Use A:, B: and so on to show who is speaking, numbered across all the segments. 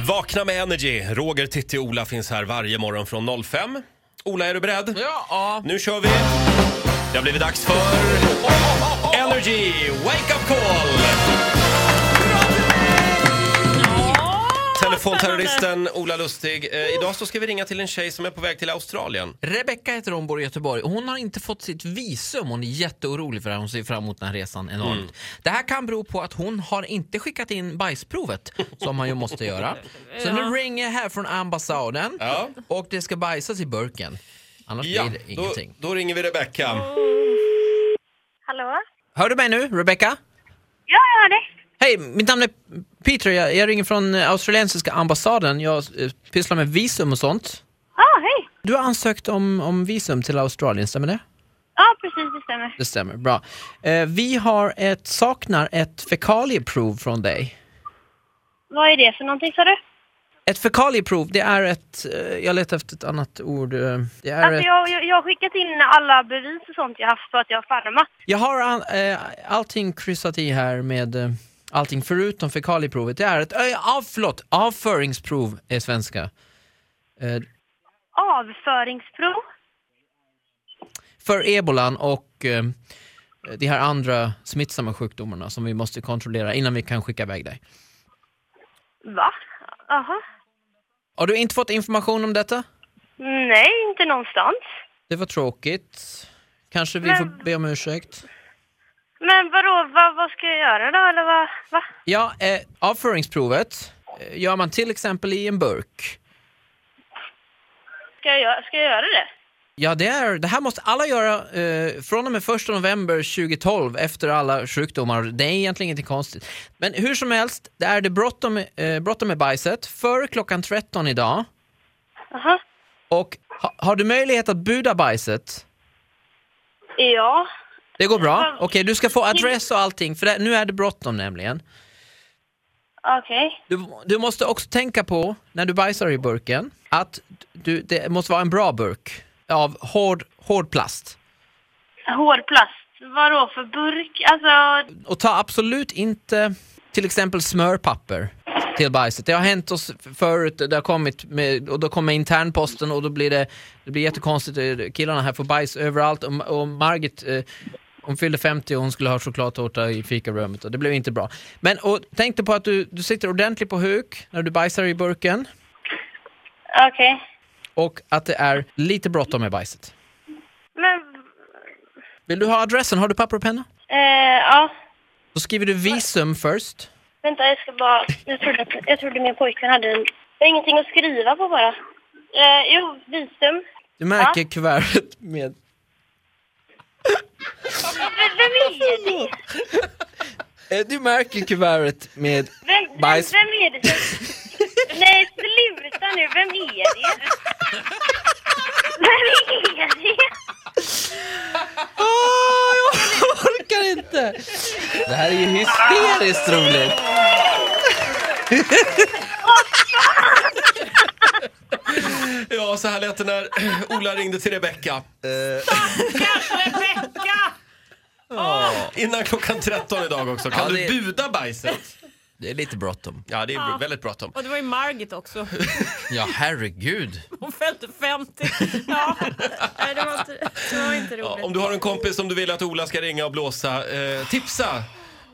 A: Vakna med Energy. Roger, Titti och Ola finns här varje morgon från 05. Ola, är du beredd?
B: Ja, ja.
A: Nu kör vi! Det har blivit dags för Energy Wake Up Call! Telefonterroristen Ola Lustig. Eh, idag så ska vi ringa till en tjej som är på väg till Australien.
B: Rebecka heter hon, bor i Göteborg. Och Hon har inte fått sitt visum. Hon är jätteorolig för det här. Hon ser fram emot den här resan enormt.
A: Mm.
B: Det här kan bero på att hon har inte skickat in bajsprovet som man ju måste göra. Så nu ringer här från ambassaden
A: Ja.
B: och det ska bajsas i burken. Annars
A: Ja,
B: blir det
A: då,
B: ingenting.
A: då ringer vi Rebecca.
C: Hallå?
B: Hör du mig nu, Rebecka?
C: Ja, jag hör dig.
B: Hej, mitt namn är Peter. Jag, jag ringer från eh, australiensiska ambassaden. Jag eh, pysslar med visum och sånt.
C: Ja, hej.
B: Du har ansökt om, om visum till Australien, stämmer det?
C: Ja, precis, det stämmer.
B: Det stämmer, bra. Eh, vi har ett, saknar ett fekalieprov från dig.
C: Vad är det för någonting, sa du?
B: Ett fekalieprov, det är ett, eh, jag letar efter ett annat ord. eh, Det är
C: Alltså,
B: ett,
C: jag, jag, jag har skickat in alla bevis och sånt jag haft på att jag har farmat.
B: jag har an, eh, allting kryssat i här med eh, allting förutom fekalieprovet. Det är ett, äh, av, förlåt, avföringsprov är svenska. Eh,
C: Avföringsprov?
B: för ebolan och eh, de här andra smittsamma sjukdomarna som vi måste kontrollera innan vi kan skicka iväg dig.
C: Va? Jaha.
B: Har du inte fått information om detta?
C: Nej, inte någonstans.
B: Det var tråkigt. Kanske vi
C: Men-
B: får be om ursäkt.
C: Men vadå, vad, vad ska jag göra då, eller vad? Va?
B: Ja, eh, avföringsprovet eh, gör man till exempel i en burk.
C: Ska jag, göra- ska jag göra det?
B: Ja, det, är, det här måste alla göra eh, från och med 1 november 2012 efter alla sjukdomar. Det är egentligen inte konstigt. Men hur som helst, det är det bråttom eh, bråttom med bajset före klockan 13 idag.
C: Jaha.
B: Och ha, har du möjlighet att buda bajset?
C: Ja.
B: Det går bra.
C: Ja.
B: Okej, du ska få adress och allting, för det, nu är det bråttom nämligen.
C: Okej.
B: Du, du måste också tänka på, när du bajsar i burken, att du, det måste vara en bra burk av hård, hård plast.
C: Hårplast. Vadå för burk? Alltså,
B: Och ta absolut inte till exempel smörpapper till bajset. Det har hänt oss förut, det har kommit med, och då kommer internposten och då blir det, det blir jättekonstigt, eh, killarna här får bajs överallt och, och Margit eh, hon fyllde 50 och hon skulle ha chokladtårta i fikarummet och det blev inte bra. Men och, tänk dig på att du, du sitter ordentligt på huk när du bajsar i burken.
C: okej.
B: och att det är lite bråttom med bajset.
C: Men,
B: Vill du ha adressen? Har du papper och penna?
C: eh, ja.
B: Då skriver du visum först.
C: Vänta, jag ska bara... Jag trodde, att- jag trodde min pojkvän hade en... Jag har ingenting att skriva på bara. Eh, jo, visum.
B: Du märker kuvertet med...
C: V- Vem är det?
B: Eh, Du märker kuvertet med...
C: Vem, vem,
B: Bajs.
C: vem är det som... Nej, sluta nu. Vem är det? Vem är det?
B: Åh, jag orkar inte! Det här är ju hysteriskt roligt!
A: Ja, så här lät det när Ola ringde till Rebecca. Innan klockan 13 idag också. Kan
B: Ja, det-
A: du buda bajset?
B: Det är lite bråttom.
A: Ja, det är väldigt bråttom.
D: Och det var ju Margit också.
B: Ja, herregud.
D: Hon fällde 50. Ja. Nej, det, var inte, det var inte
A: Ja,
D: roligt.
A: om du har en kompis som du vill att Ola ska ringa och blåsa, eh, tipsa!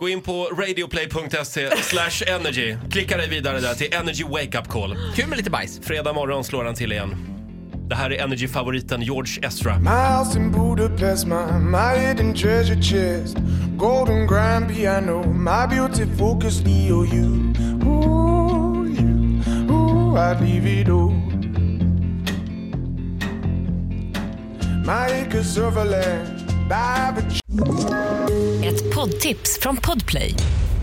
A: Gå in på radioplay.se slash energy. Klicka dig vidare där till Energy Wake Up Call.
B: Kul med lite bajs.
A: Fredag morgon slår han till igen. Det här är Energy-favoriten George Ezra.
E: My house in Budapest, my, my hidden treasure chest, golden grand piano, my beautiful Castillo, you, ooh, you, ooh, I'd leave it all. My acres of land, by the
F: Ett poddtips från Podplay.